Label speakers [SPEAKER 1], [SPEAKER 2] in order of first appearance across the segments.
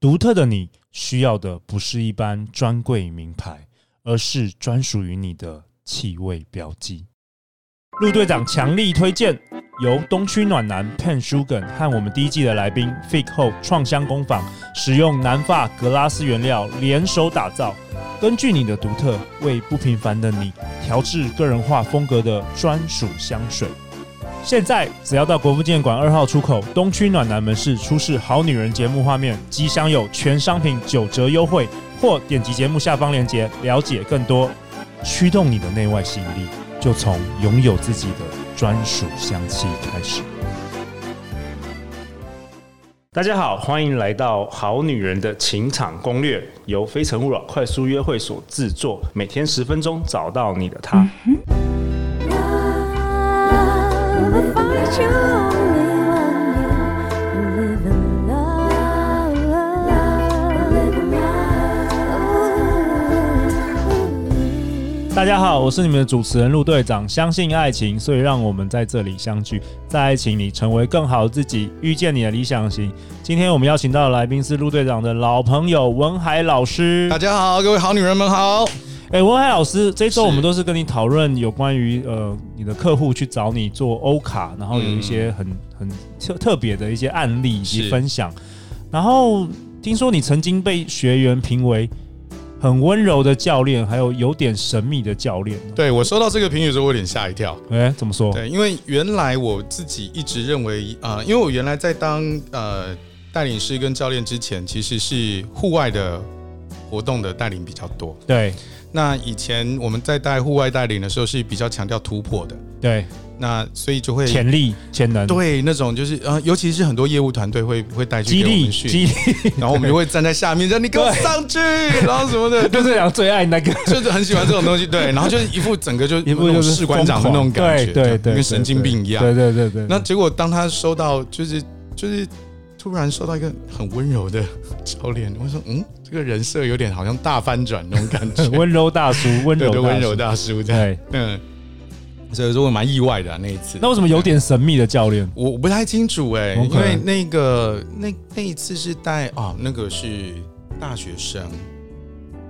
[SPEAKER 1] 独特的你需要的不是一般专柜名牌，而是专属于你的气味标记。陆队长强力推荐由东区暖男 Pen Sugan 和我们第一季的来宾 Fig 后创香工坊使用南法格拉斯原料联手打造，根据你的独特为不平凡的你调制个人化风格的专属香水。现在只要到国父纪念馆二号出口东区暖男门市出示“好女人”节目画面，即享有全商品九折优惠，或点击节目下方链接了解更多。驱动你的内外吸引力，就从拥有自己的专属香气开始。大家好，欢迎来到《好女人的情场攻略》，由非诚勿扰快速约会所制作，每天十分钟，找到你的他。
[SPEAKER 2] Love, I find you only one you live in love, live in love.
[SPEAKER 1] 大家好，我是你们的主持人陆队长。相信爱情，所以让我们在这里相聚，在爱情里成为更好的自己，遇见你的理想型。今天我们邀请到的来宾是陆队长的老朋友文海老师。
[SPEAKER 3] 大家好，各位好女人们好。
[SPEAKER 1] 哎、文海老师，这周
[SPEAKER 3] 是
[SPEAKER 1] 我们都是跟你讨论有关于呃你的客户去找你做欧卡，然后有一些很、很特特别的一些案例以及
[SPEAKER 3] 是
[SPEAKER 1] 分享。然后听说你曾经被学员评为很温柔的教练，还有有点神秘的教练。
[SPEAKER 3] 对我收到这个评语的时候，我有点吓一跳。
[SPEAKER 1] 哎、怎么说？
[SPEAKER 3] 对，因为原来我自己一直认为，呃，因为我原来在当呃带领师跟教练之前，其实是户外的活动的带领比较多。
[SPEAKER 1] 对
[SPEAKER 3] 那以前我们在带户外带领的时候，是比较强调突破的，
[SPEAKER 1] 对，
[SPEAKER 3] 那所以就会
[SPEAKER 1] 潜力、潜能、
[SPEAKER 3] 对那种就是呃，尤其是很多业务团队会会带去
[SPEAKER 1] 激
[SPEAKER 3] 给我
[SPEAKER 1] 励、
[SPEAKER 3] 们
[SPEAKER 1] 激
[SPEAKER 3] 训，
[SPEAKER 1] 励，
[SPEAKER 3] 然后我们就会站在下面，让你给我
[SPEAKER 1] 对
[SPEAKER 3] 上去，然后什么的，
[SPEAKER 1] 就是讲最爱那个。
[SPEAKER 3] 就是很喜欢这种东西， 对，然后就是 一副整个就
[SPEAKER 1] 一部就
[SPEAKER 3] 那种
[SPEAKER 1] 是
[SPEAKER 3] 士官长的
[SPEAKER 1] 疯
[SPEAKER 3] 那
[SPEAKER 1] 狂
[SPEAKER 3] 种感觉，
[SPEAKER 1] 对对
[SPEAKER 3] 就
[SPEAKER 1] 对，
[SPEAKER 3] 跟神经病一样
[SPEAKER 1] 对。对对对。，
[SPEAKER 3] 那结果当他收到，就是就是突然收到一个很温柔的教练，我说嗯，这个人设有点好像大翻转那种感 觉
[SPEAKER 1] 温柔大叔，温
[SPEAKER 3] 对
[SPEAKER 1] 柔
[SPEAKER 3] 对
[SPEAKER 1] 大叔
[SPEAKER 3] 温柔大叔这样，
[SPEAKER 1] 对，
[SPEAKER 3] 嗯，所以说我蛮意外的啊那一次。
[SPEAKER 1] 那为什么有点神秘的教练？
[SPEAKER 3] 我我不太清楚哎、
[SPEAKER 1] OK
[SPEAKER 3] 因为那个那那一次是带哦，那个是大学生，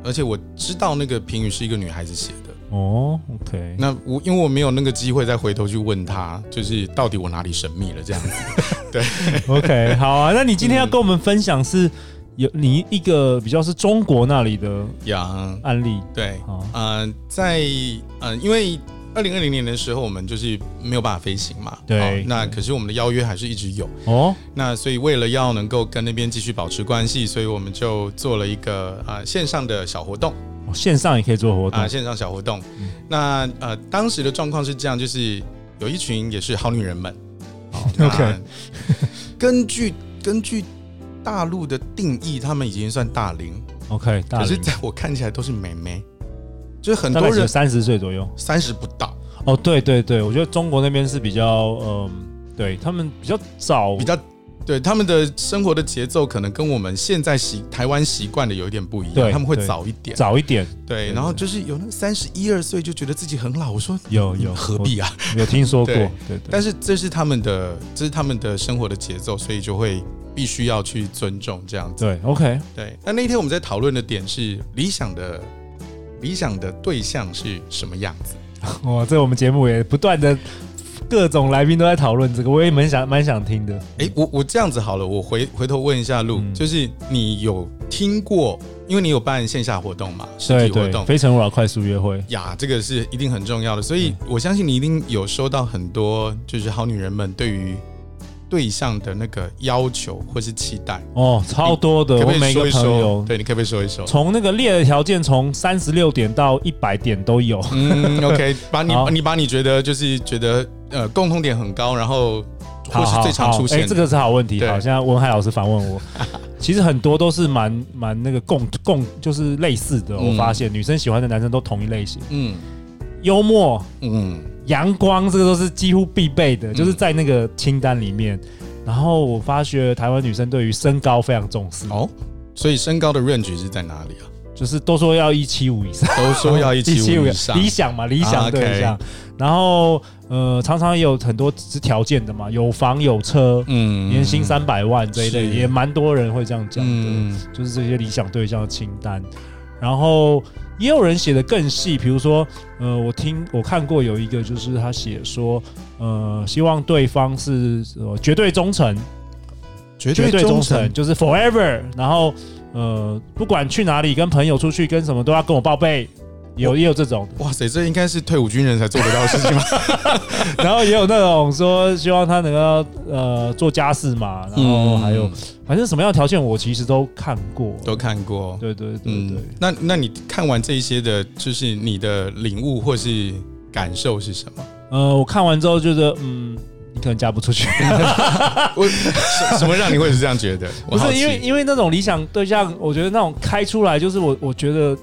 [SPEAKER 3] 而且我知道那个评语是一个女孩子写的。
[SPEAKER 1] 哦，OK，
[SPEAKER 3] 那我因为我没有那个机会再回头去问他，就是到底我哪里神秘了这样子。
[SPEAKER 1] OK，好啊。那你今天要跟我们分享是有你一个比较是中国那里的
[SPEAKER 3] 呀，
[SPEAKER 1] 案例，
[SPEAKER 3] 对，
[SPEAKER 1] 好，
[SPEAKER 3] 嗯，在嗯，因为二零二零年的时候，我们就是没有办法飞行嘛。
[SPEAKER 1] 对
[SPEAKER 3] 好那可是我们的邀约还是一直有。
[SPEAKER 1] 哦，
[SPEAKER 3] 那所以为了要能够跟那边继续保持关系，所以我们就做了一个呃线上的小活动
[SPEAKER 1] 哦线上也可以做活
[SPEAKER 3] 啊、
[SPEAKER 1] 动，
[SPEAKER 3] 线上小活动。
[SPEAKER 1] 嗯
[SPEAKER 3] 那呃，当时的状况是这样，就是有一群也是好女人们。好
[SPEAKER 1] 哦 OK
[SPEAKER 3] 那根据根据大陆的定义，他们已经算大龄，
[SPEAKER 1] OK，大
[SPEAKER 3] 可是
[SPEAKER 1] 龄
[SPEAKER 3] 在我看起来都是妹妹，就是很
[SPEAKER 1] 大
[SPEAKER 3] 多
[SPEAKER 1] 概是
[SPEAKER 3] 人
[SPEAKER 1] 三十岁左右。
[SPEAKER 3] 三十不到，
[SPEAKER 1] 哦，对对对，我觉得中国那边是比较，嗯，对他们比较早，
[SPEAKER 3] 比较对他们的生活的节奏可能跟我们现在习台湾习惯的有一点不一
[SPEAKER 1] 对
[SPEAKER 3] 样，他们会
[SPEAKER 1] 对
[SPEAKER 3] 早一点。
[SPEAKER 1] 早一点，
[SPEAKER 3] 对，然后就是有那三十一二岁就觉得自己很老，我说
[SPEAKER 1] 有
[SPEAKER 3] 你
[SPEAKER 1] 有
[SPEAKER 3] 何必啊？
[SPEAKER 1] 我有听说过，对
[SPEAKER 3] 对
[SPEAKER 1] 对。
[SPEAKER 3] 但是这是他们的，这是他们的生活的节奏，所以就会必须要去尊重这样子。
[SPEAKER 1] 对，OK，
[SPEAKER 3] 对，那那天我们在讨论的点是理想的理想的对象是什么样子？
[SPEAKER 1] 哇，这我们节目也不断的各种来宾都在讨论这个，我也蛮想蛮想听的。
[SPEAKER 3] 诶，我我这样子好了，我回回头问一下路，
[SPEAKER 1] 嗯
[SPEAKER 3] 就是你有听过，因为你有办线下活动嘛，实
[SPEAKER 1] 对
[SPEAKER 3] 体活
[SPEAKER 1] 对，
[SPEAKER 3] 动
[SPEAKER 1] 非诚勿扰快速约会，
[SPEAKER 3] 呀，这个是一定很重要的，所以
[SPEAKER 1] 嗯
[SPEAKER 3] 我相信你一定有收到很多就是好女人们对于对象的那个要求或是期待，
[SPEAKER 1] 哦，超多的，
[SPEAKER 3] 可不
[SPEAKER 1] 我
[SPEAKER 3] 可以
[SPEAKER 1] 每
[SPEAKER 3] 说
[SPEAKER 1] 个
[SPEAKER 3] 一
[SPEAKER 1] 朋
[SPEAKER 3] 说
[SPEAKER 1] 友？
[SPEAKER 3] 对，你可不可以说一说？
[SPEAKER 1] 从那个列的条件，从三十六点到一百点都有。
[SPEAKER 3] 嗯，OK，把你
[SPEAKER 1] 好
[SPEAKER 3] 你把你觉得就是觉得呃共同点很高，然后
[SPEAKER 1] 好
[SPEAKER 3] 或是
[SPEAKER 1] 好
[SPEAKER 3] 最常
[SPEAKER 1] 好
[SPEAKER 3] 出
[SPEAKER 1] 哎
[SPEAKER 3] 现
[SPEAKER 1] 这个是好问题。
[SPEAKER 3] 对
[SPEAKER 1] 好，现在文海老师反问 我，其实很多都是蛮蛮那个共共，就是类似的。我
[SPEAKER 3] 嗯
[SPEAKER 1] 发现女生喜欢的男生都同一类型，
[SPEAKER 3] 嗯
[SPEAKER 1] 幽默、
[SPEAKER 3] 嗯
[SPEAKER 1] 阳光，这个都是几乎必备的，就是在那个清单里面。然后我发觉台湾女生对于身高非常重视，
[SPEAKER 3] 哦哦，所以身高的 range 是在哪里啊？
[SPEAKER 1] 就是都说要一七五以上，，
[SPEAKER 3] 都说要一七五以上
[SPEAKER 1] 理想嘛，理想
[SPEAKER 3] 啊
[SPEAKER 1] 对
[SPEAKER 3] OK
[SPEAKER 1] 象。然后呃，常常也有很多是条件的嘛，有房有车，
[SPEAKER 3] 嗯
[SPEAKER 1] 年薪三百万这一类，
[SPEAKER 3] 是
[SPEAKER 1] 也蛮多人会这样讲的。
[SPEAKER 3] 嗯
[SPEAKER 1] 就是这些理想对象的清单。然后也有人写的更细，比如说，呃，我听我看过有一个，就是他写说，呃，希望对方是、呃、绝对忠诚，
[SPEAKER 3] 绝
[SPEAKER 1] 绝对忠诚
[SPEAKER 3] 诚，
[SPEAKER 1] 就是 forever，然后呃，不管去哪里，跟朋友出去，跟什么都要跟我报备，有也有这种的，
[SPEAKER 3] 哇塞，这应该是退伍军人才做得到的事情吧？
[SPEAKER 1] 然后也有那种说希望他能够呃做家事嘛，然后还有、
[SPEAKER 3] 嗯
[SPEAKER 1] 反正什么样的条件我其实都看过，
[SPEAKER 3] 都看 过，
[SPEAKER 1] 对对对对。
[SPEAKER 3] 嗯，那那你看完这一些的，就是你的领悟或是感受是什 么？
[SPEAKER 1] 呃，我看完之后觉得，嗯，你可能嫁不出去，
[SPEAKER 3] 我什什么让你会是这样觉得？我
[SPEAKER 1] 不
[SPEAKER 3] 好
[SPEAKER 1] 是
[SPEAKER 3] 奇
[SPEAKER 1] 因为因为那种理想对象，我觉得那种开出来就是我我觉得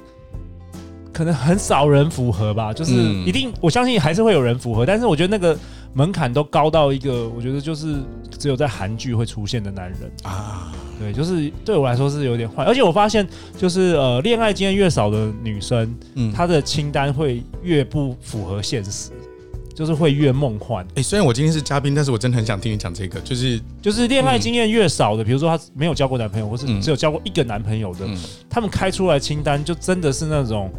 [SPEAKER 1] 可能很少人符合吧，就是
[SPEAKER 3] 嗯
[SPEAKER 1] 一定、我相信还是会有人符合，但是我觉得那个门槛都高到一个，我觉得就是只有在韩剧会出现的男人，
[SPEAKER 3] 啊，
[SPEAKER 1] 对，就是对我来说是有点坏，而且我发现就是呃，恋爱经验越少的女生，
[SPEAKER 3] 嗯，他
[SPEAKER 1] 她的清单会越不符合现实，就是会越梦幻。
[SPEAKER 3] 哎、虽然我今天是嘉宾，但是我真的很想听你讲这个，就是
[SPEAKER 1] 就是恋爱经验越少的，比如说她没有交过男朋友，或是
[SPEAKER 3] 嗯
[SPEAKER 1] 只有交过一个男朋友的，
[SPEAKER 3] 嗯
[SPEAKER 1] 他们开出来清单就真的是那种，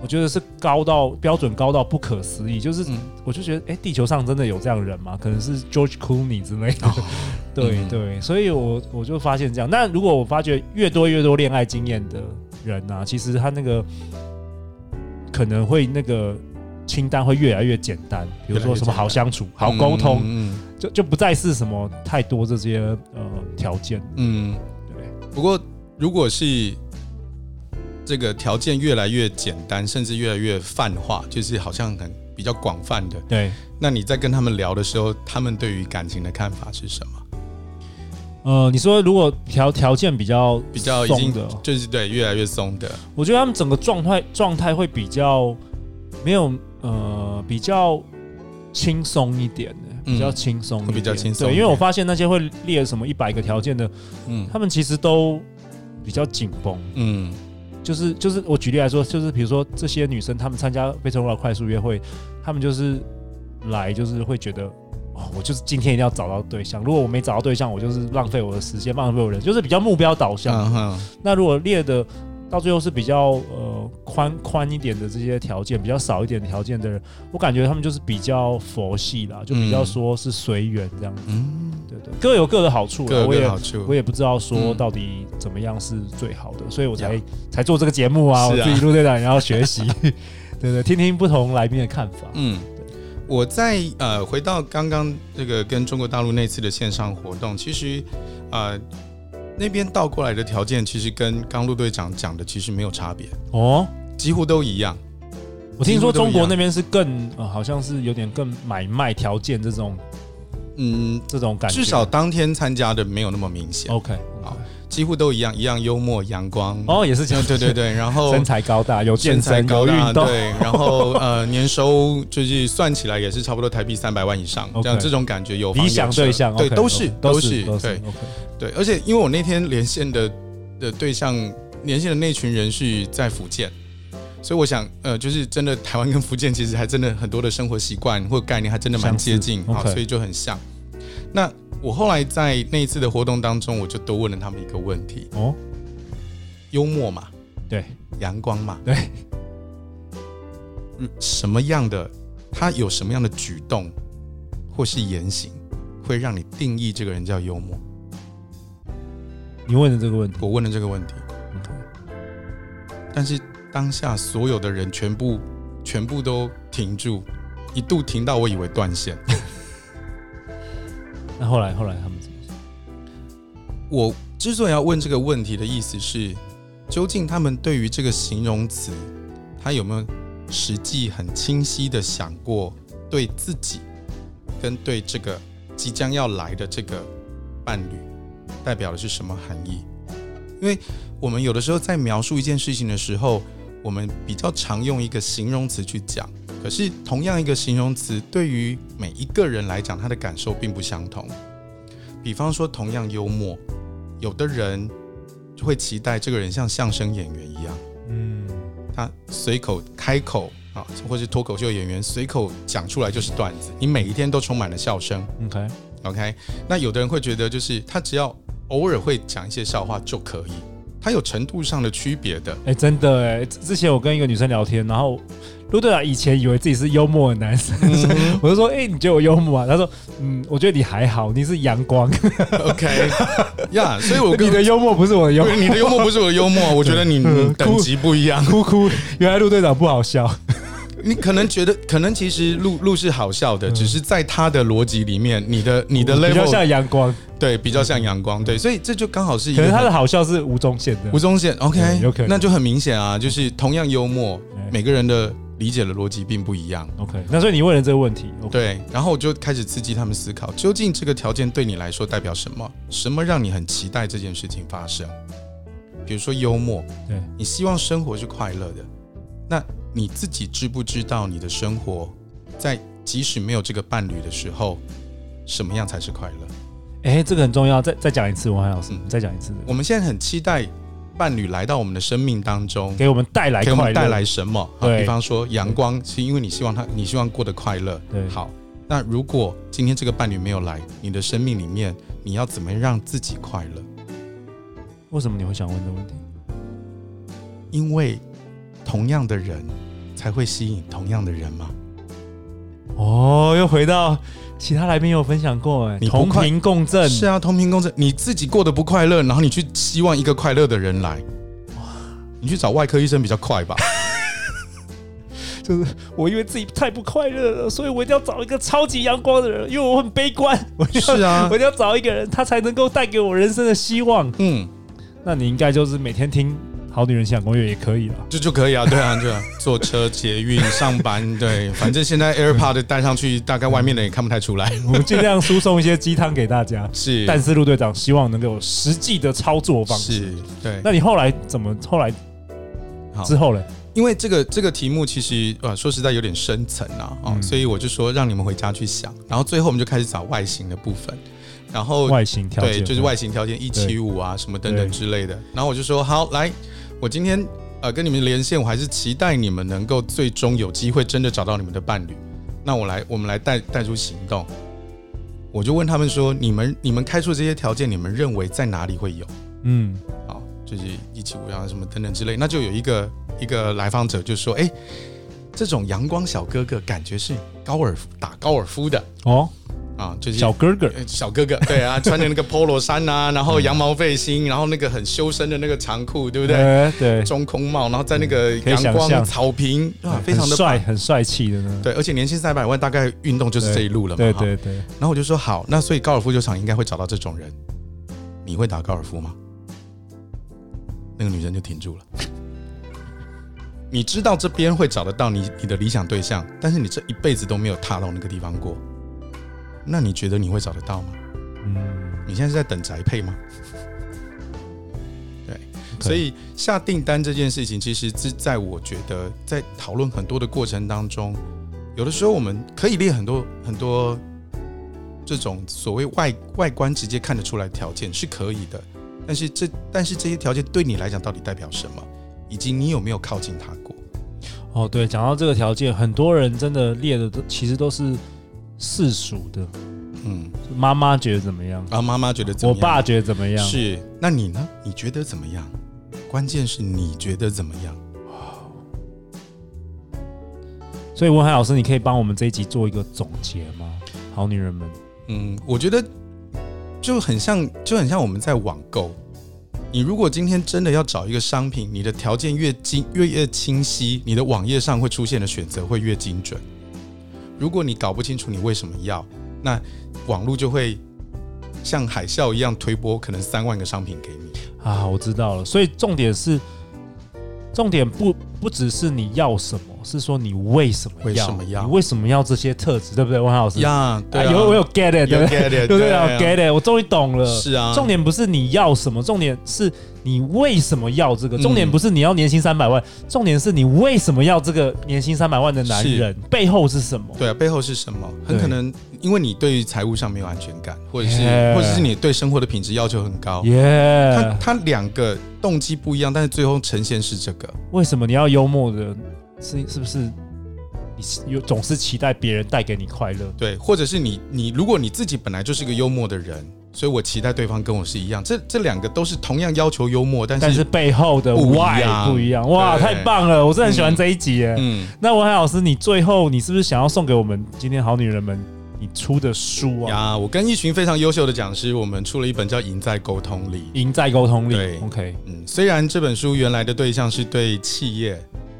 [SPEAKER 1] 我觉得是高到标准高到不可思议。就是
[SPEAKER 3] 嗯
[SPEAKER 1] 我就觉得，哎、地球上真的有这样的人吗？可能是 George Clooney 之类的。对
[SPEAKER 3] 哦嗯
[SPEAKER 1] 对，所以我我就发现这样。那如果我发觉越多越多恋爱经验的人啊，其实他那个可能会那个。清单会越来越简单，比如
[SPEAKER 3] 越来
[SPEAKER 1] 说
[SPEAKER 3] 越
[SPEAKER 1] 什么
[SPEAKER 3] 简
[SPEAKER 1] 好
[SPEAKER 3] 单
[SPEAKER 1] 相处、好沟通，
[SPEAKER 3] 嗯
[SPEAKER 1] 就就不再是什么太多这些呃条件，
[SPEAKER 3] 嗯嗯
[SPEAKER 1] 对，
[SPEAKER 3] 不过如果是这个条件越来越简单，甚至越来越泛化，就是好像很比较广泛的，
[SPEAKER 1] 对，
[SPEAKER 3] 那你在跟他们聊的时候，他们对于感情的看法是什么？
[SPEAKER 1] 呃，你说如果条条件比较
[SPEAKER 3] 比较已
[SPEAKER 1] 松
[SPEAKER 3] 经
[SPEAKER 1] 的，
[SPEAKER 3] 就是对越来越松的，
[SPEAKER 1] 我觉得他们整个状态状态会比较没有呃比较轻松一点的，比较轻松一点，
[SPEAKER 3] 嗯会比较轻松一
[SPEAKER 1] 对，
[SPEAKER 3] 点
[SPEAKER 1] 因为我发现那些会列什么一百个条件的，
[SPEAKER 3] 嗯
[SPEAKER 1] 他们其实都比较紧绷，
[SPEAKER 3] 嗯
[SPEAKER 1] 就是就是我举例来说，就是比如说这些女生她们参加非诚勿扰快速约会，她们就是来就是会觉得，哦，我就是今天一定要找到对象，如果我没找到对象，我就是浪费我的时间，浪费我的人，就是比较目标导向。
[SPEAKER 3] 嗯哼
[SPEAKER 1] 那如果列的到最后是比较呃宽宽一点的这些条件，比较少一点的条件的人，我感觉他们就是比较佛系啦，就比较
[SPEAKER 3] 嗯
[SPEAKER 1] 说是随缘这样子。
[SPEAKER 3] 嗯，
[SPEAKER 1] 对对，各有各的好处啦，
[SPEAKER 3] 各有
[SPEAKER 1] 啊我
[SPEAKER 3] 各
[SPEAKER 1] 也
[SPEAKER 3] 的好处
[SPEAKER 1] 我。也不知道说
[SPEAKER 3] 嗯
[SPEAKER 1] 到底怎么样是最好的，所以我才
[SPEAKER 3] Yeah
[SPEAKER 1] 才做这个节目啊，我
[SPEAKER 3] 是啊
[SPEAKER 1] 自己录队长也要学习， 对对，听听不同来宾的看法。
[SPEAKER 3] 嗯，我在呃回到刚刚这个跟中国大陆那次的线上活动，其实呃那边倒过来的条件，其实跟刚陆队长讲的其实没有差别，
[SPEAKER 1] 哦，
[SPEAKER 3] 几乎都一样。
[SPEAKER 1] 我听说
[SPEAKER 3] 几
[SPEAKER 1] 中
[SPEAKER 3] 乎都一样
[SPEAKER 1] 国那边是更、呃、好像是有点更买卖条件这种
[SPEAKER 3] 嗯，
[SPEAKER 1] 这种感觉，哦
[SPEAKER 3] 至少当天参加的没有那么明显，
[SPEAKER 1] OK，好
[SPEAKER 3] 好几乎都一样，一样幽默阳光。
[SPEAKER 1] 哦，也是这样，
[SPEAKER 3] 对对对，然后
[SPEAKER 1] 身材高大，有健
[SPEAKER 3] 身材
[SPEAKER 1] 身，
[SPEAKER 3] 高
[SPEAKER 1] 有
[SPEAKER 3] 大，
[SPEAKER 1] 运动，
[SPEAKER 3] 对，然后 呃，年收就是算起来也是差不多台币三百万以上，
[SPEAKER 1] OK
[SPEAKER 3] 这样这种感觉有房
[SPEAKER 1] 理想
[SPEAKER 3] 有车
[SPEAKER 1] 对象，
[SPEAKER 3] 对，
[SPEAKER 1] OK，
[SPEAKER 3] 都是
[SPEAKER 1] OK，
[SPEAKER 3] 都
[SPEAKER 1] 都
[SPEAKER 3] 是，
[SPEAKER 1] 都
[SPEAKER 3] 对
[SPEAKER 1] OK，
[SPEAKER 3] 对，而且因为我那天连线的的对象，连线的那群人是在福建，所以我想，呃，就是真的台湾跟福建其实还真的很多的生活习惯或概念还真的蛮接近
[SPEAKER 1] 相似
[SPEAKER 3] 啊，
[SPEAKER 1] OK
[SPEAKER 3] 所以就很像。那我后来在那一次的活动当中，我就多问了他们一个问题：
[SPEAKER 1] 哦，
[SPEAKER 3] 幽默嘛，
[SPEAKER 1] 对，
[SPEAKER 3] 阳光嘛，
[SPEAKER 1] 对，
[SPEAKER 3] 嗯什么样的他有什么样的举动或是言行，会让你定义这个人叫幽默？
[SPEAKER 1] 你问的这个问题嗯
[SPEAKER 3] 我问了这个问题，
[SPEAKER 1] ，OK，
[SPEAKER 3] 但是当下所有的人全部全部都停住，一度停到我以为断线。
[SPEAKER 1] 那后来后来他们怎么说？
[SPEAKER 3] 我之所以要问这个问题的意思是，究竟他们对于这个形容词，他有没有实际很清晰的想过对自己跟对这个即将要来的这个伴侣代表的是什么含义？因为我们有的时候在描述一件事情的时候，我们比较常用一个形容词去讲，可是同样一个形容词，对于每一个人来讲，他的感受并不相同。比方说，同样幽默，有的人就会期待这个人像相声演员一样，
[SPEAKER 1] 嗯
[SPEAKER 3] 他随口开口啊，或是脱口秀演员随口讲出来就是段子，你每一天都充满了笑声。
[SPEAKER 1] OK，
[SPEAKER 3] OK，那有的人会觉得，就是他只要偶尔会讲一些笑话就可以，他有程度上的区别的。
[SPEAKER 1] 哎、真的哎、之之前我跟一个女生聊天，然后陆队长以前以为自己是幽默的男生， 所以我就说：“哎、你觉得我幽默啊？”他说：“嗯，我觉得你还好，你是阳光，
[SPEAKER 3] OK，呀、所以我跟
[SPEAKER 1] 你的幽默不是我的幽默。 嗯
[SPEAKER 3] 你的幽默不是我的幽默，我觉得你你等级不一样”。
[SPEAKER 1] 哭哭，原来陆队长不好笑。
[SPEAKER 3] 你可能觉得，可能其实路路是好笑的，只是在他的逻辑里面，你的你的
[SPEAKER 1] 嗯比较
[SPEAKER 3] level
[SPEAKER 1] 像阳光，
[SPEAKER 3] 对比较像阳光，对，所以这就刚好是一
[SPEAKER 1] 嗯可
[SPEAKER 3] 个
[SPEAKER 1] 能他
[SPEAKER 3] 很
[SPEAKER 1] 的好笑是吴宗宪的
[SPEAKER 3] 吴。宗宪
[SPEAKER 1] 嗯有可
[SPEAKER 3] ，OK，
[SPEAKER 1] 能
[SPEAKER 3] 那就很明显啊，就是同样幽默
[SPEAKER 1] 嗯，
[SPEAKER 3] 每个人的理解的逻辑并不一样。
[SPEAKER 1] OK，那所以你问了这个问题，OK，
[SPEAKER 3] 对，然后我就开始刺激他们思考，究竟这个条件对你来说代表什么？什么让你很期待这件事情发生？比如说幽默，
[SPEAKER 1] 对，
[SPEAKER 3] 你希望生活是快乐的，那你自己知不知道你的生活在即使没有这个伴侣的时候，什么样才是快乐？
[SPEAKER 1] 哎、这个很重要，再再讲一次，王海老师，
[SPEAKER 3] 嗯
[SPEAKER 1] 再讲一次，
[SPEAKER 3] 我们现在很期待伴侣来到我们的生命当中，
[SPEAKER 1] 给我们带来
[SPEAKER 3] 给我
[SPEAKER 1] 快
[SPEAKER 3] 们
[SPEAKER 1] 乐，
[SPEAKER 3] 带来什么？好
[SPEAKER 1] 对
[SPEAKER 3] 比方说阳光，是因为你希望他，你希望过得快乐。
[SPEAKER 1] 对
[SPEAKER 3] 好，那如果今天这个伴侣没有来，你的生命里面，你要怎么让自己快乐？
[SPEAKER 1] 为什么你会想问这个问题？
[SPEAKER 3] 因为同样的人才会吸引同样的人嘛。
[SPEAKER 1] 哦，又回到其他来宾有分享过，哎，
[SPEAKER 3] 你不
[SPEAKER 1] 同
[SPEAKER 3] 快
[SPEAKER 1] 频共振，
[SPEAKER 3] 是啊，同频共振，你自己过得不快乐，然后你去希望一个快乐的人来，你去找外科医生比较快吧？
[SPEAKER 1] 就是我因为自己太不快乐了，所以我一定要找一个超级阳光的人，因为我很悲观，我一定要、
[SPEAKER 3] 是 啊
[SPEAKER 1] 我一定要找一个人，他才能够带给我人生的希望。
[SPEAKER 3] 嗯，
[SPEAKER 1] 那你应该就是每天听《好女人想公园》也可 以了。
[SPEAKER 3] 这就可以啊，对啊，对啊，坐车、捷运、上班，对，反正 现在 AirPod 戴上去，大概外面的人也看不太出来。
[SPEAKER 1] 我们尽量输送一些鸡汤给大家，
[SPEAKER 3] 是，
[SPEAKER 1] 但是陆队长希望能够有实际的操作方式。
[SPEAKER 3] 是对。
[SPEAKER 1] 那你后来怎么？后来
[SPEAKER 3] 好
[SPEAKER 1] 之后嘞？
[SPEAKER 3] 因为这个这个题目其实呃说实在有点深层啊，哦，
[SPEAKER 1] 嗯
[SPEAKER 3] 所以我就说让你们回家去想，然后最后我们就开始找外形的部分，然后
[SPEAKER 1] 外形条件嗯
[SPEAKER 3] 对就是外形条件一七五啊什么等等
[SPEAKER 1] 对
[SPEAKER 3] 之类的，然后我就说好来，我今天呃跟你们连线，我还是期待你们能够最终有机会真的找到你们的伴侣，那我来我们来带带出行动，我就问他们说你们你们开出这些条件，你们认为在哪里会有？
[SPEAKER 1] 嗯，
[SPEAKER 3] 好，就是一起舞啊什么等等之类，那就有一个一个来访者就说，哎、这种阳光小哥哥感觉是高尔夫打高尔夫的
[SPEAKER 1] 哦，
[SPEAKER 3] 啊，就是
[SPEAKER 1] 小哥哥，
[SPEAKER 3] 呃小哥哥，对啊，穿着那个 polo 衫 啊，然后羊毛背心，然后那个很修身的那个长裤，对不对？
[SPEAKER 1] 哎对，
[SPEAKER 3] 中空帽，然后在那个
[SPEAKER 1] 嗯可以
[SPEAKER 3] 阳
[SPEAKER 1] 想象
[SPEAKER 3] 光草坪啊，非常
[SPEAKER 1] 很
[SPEAKER 3] 的
[SPEAKER 1] 帅，
[SPEAKER 3] 棒。
[SPEAKER 1] 很帅气的呢。
[SPEAKER 3] 对，而且年薪三百万，大概运动就是这一路了嘛。
[SPEAKER 1] 对
[SPEAKER 3] 哈
[SPEAKER 1] 对对，
[SPEAKER 3] 然后我就说好，那所以高尔夫球场应该会找到这种人。你会打高尔夫吗？那个女生就停住了。你知道这边会找得到你你的理想对象，但是你这一辈子都没有踏到那个地方过，那你觉得你会找得到吗？
[SPEAKER 1] 嗯，
[SPEAKER 3] 你现在是在等宅配吗？对，
[SPEAKER 1] OK
[SPEAKER 3] 所以下订单这件事情，其实是在我觉得在讨论很多的过程当中，有的时候我们可以列很多很多这种所谓外外观直接看得出来的条件是可以的，但是这但是这些条件对你来讲到底代表什么，以及你有没有靠近它过？
[SPEAKER 1] 哦，对，讲到这个条件，很多人真的列的都其实都是世俗的，
[SPEAKER 3] 嗯，
[SPEAKER 1] 妈妈觉得怎么样，
[SPEAKER 3] 然后妈妈觉得怎
[SPEAKER 1] 我
[SPEAKER 3] 么样？
[SPEAKER 1] 爸觉得怎么样，
[SPEAKER 3] 是，那你呢？你觉得怎么样？关键是你觉得怎么样？
[SPEAKER 1] 所以文海老师，你可以帮我们这一集做一个总结吗？好女人们，
[SPEAKER 3] 嗯，我觉得就很像，就很像我们在网购。你如果今天真的要找一个商品，你的条件越精越越清晰，你的网页上会出现的选择会越精准。如果你搞不清楚你为什么要，那网络就会像海啸一样推播可能三万个商品给你。
[SPEAKER 1] 啊，我知道了。所以重点是，重点不不只是你要什么，是说你为什么要，
[SPEAKER 3] 为什么要
[SPEAKER 1] 你为什么要这些特质，对不对，文海老师？
[SPEAKER 3] 呀、对、啊
[SPEAKER 1] 啊有我有 get it，对
[SPEAKER 3] 有
[SPEAKER 1] 不 对？
[SPEAKER 3] get
[SPEAKER 1] 对
[SPEAKER 3] it，
[SPEAKER 1] 不对
[SPEAKER 3] 啊
[SPEAKER 1] 我 get it，我终于懂了。
[SPEAKER 3] 是啊，
[SPEAKER 1] 重点不是你要什么，重点是你为什么要
[SPEAKER 3] 嗯
[SPEAKER 1] 这个。重点不是你要年薪三百万，重点是你为什么要这个年薪三百万的男人，背后是什么？
[SPEAKER 3] 对啊，背后是什么？很
[SPEAKER 1] 对
[SPEAKER 3] 可能因为你对于财务上没有安全感，或者是
[SPEAKER 1] Yeah
[SPEAKER 3] 或者是你对生活的品质要求很高。
[SPEAKER 1] 耶
[SPEAKER 3] 它它两个动机不一样，但是最后呈现是这个。
[SPEAKER 1] 为什么你要到幽默的，是是不是你是有总是期待别人带给你快乐？
[SPEAKER 3] 对，或者是你你如果你自己本来就是一个幽默的人，所以我期待对方跟我是一样，这这两个都是同样要求幽默，但是
[SPEAKER 1] 但是背后的
[SPEAKER 3] 不一
[SPEAKER 1] why
[SPEAKER 3] 样
[SPEAKER 1] 不一样，哇，
[SPEAKER 3] 对
[SPEAKER 1] 太棒了！我是很喜欢这一集耶。
[SPEAKER 3] 嗯，
[SPEAKER 1] 那文海老师，你最后你是不是想要送给我们今天好女人们你出的书啊？
[SPEAKER 3] 呀，我跟一群非常优秀的讲师，我们出了一本叫《赢在沟通里》。
[SPEAKER 1] 赢在沟通力
[SPEAKER 3] 对
[SPEAKER 1] ，OK，
[SPEAKER 3] 嗯，虽然这本书原来的对象是对企业，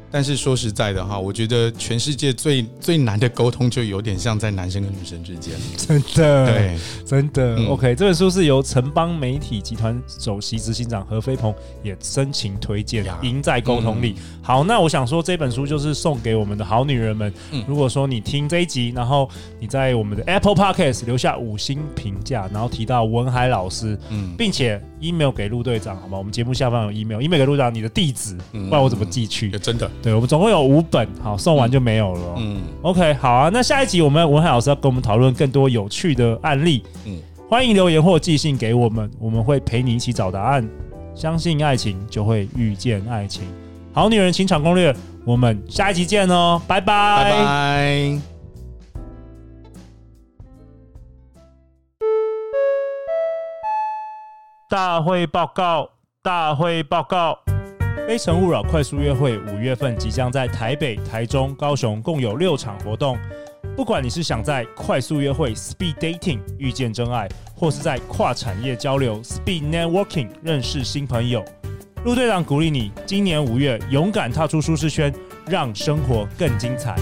[SPEAKER 3] 但是说实在的哈，我觉得全世界最最难的沟通，就有点像在男生跟女生之间。
[SPEAKER 1] 真的，
[SPEAKER 3] 对，
[SPEAKER 1] 真的、
[SPEAKER 3] 嗯
[SPEAKER 1] OK。这本书是由城邦媒体集团首席执行长何飞鹏也深情推荐，
[SPEAKER 3] 呀嗯
[SPEAKER 1] 《赢在沟通力》好，那我想说这本书就是送给我们的好女人们。
[SPEAKER 3] 嗯
[SPEAKER 1] 如果说你听这一集，然后你在我们的 Apple Podcast 留下五星评价，然后提到文海老师，
[SPEAKER 3] 嗯，
[SPEAKER 1] 并且 email 给陆队长，好吗？我们节目下方有 email，email 给陆队长你的地址，
[SPEAKER 3] 嗯
[SPEAKER 1] 不然我怎么寄去？
[SPEAKER 3] 也真的，
[SPEAKER 1] 对我们总共有五本，好，送完就没有了哦、
[SPEAKER 3] 嗯，
[SPEAKER 1] OK，好啊，那下一集我们文海老师要跟我们讨论更多有趣的案例，
[SPEAKER 3] 嗯
[SPEAKER 1] 欢迎留言或寄信给我们，我们会陪你一起找答案。相信爱情，就会遇见爱情。好女人情场攻略，我们下一集见哦，拜
[SPEAKER 3] 拜拜。
[SPEAKER 1] 大会报告，大会报告。《非诚勿扰》快速约会五月份即将在台北、台中、高雄共有六场活动。不管你是想在快速约会 （Speed Dating） 遇见真爱，或是在跨产业交流 （Speed Networking） 认识新朋友，陆队长鼓励你，今年五月勇敢踏出舒适圈，让生活更精彩。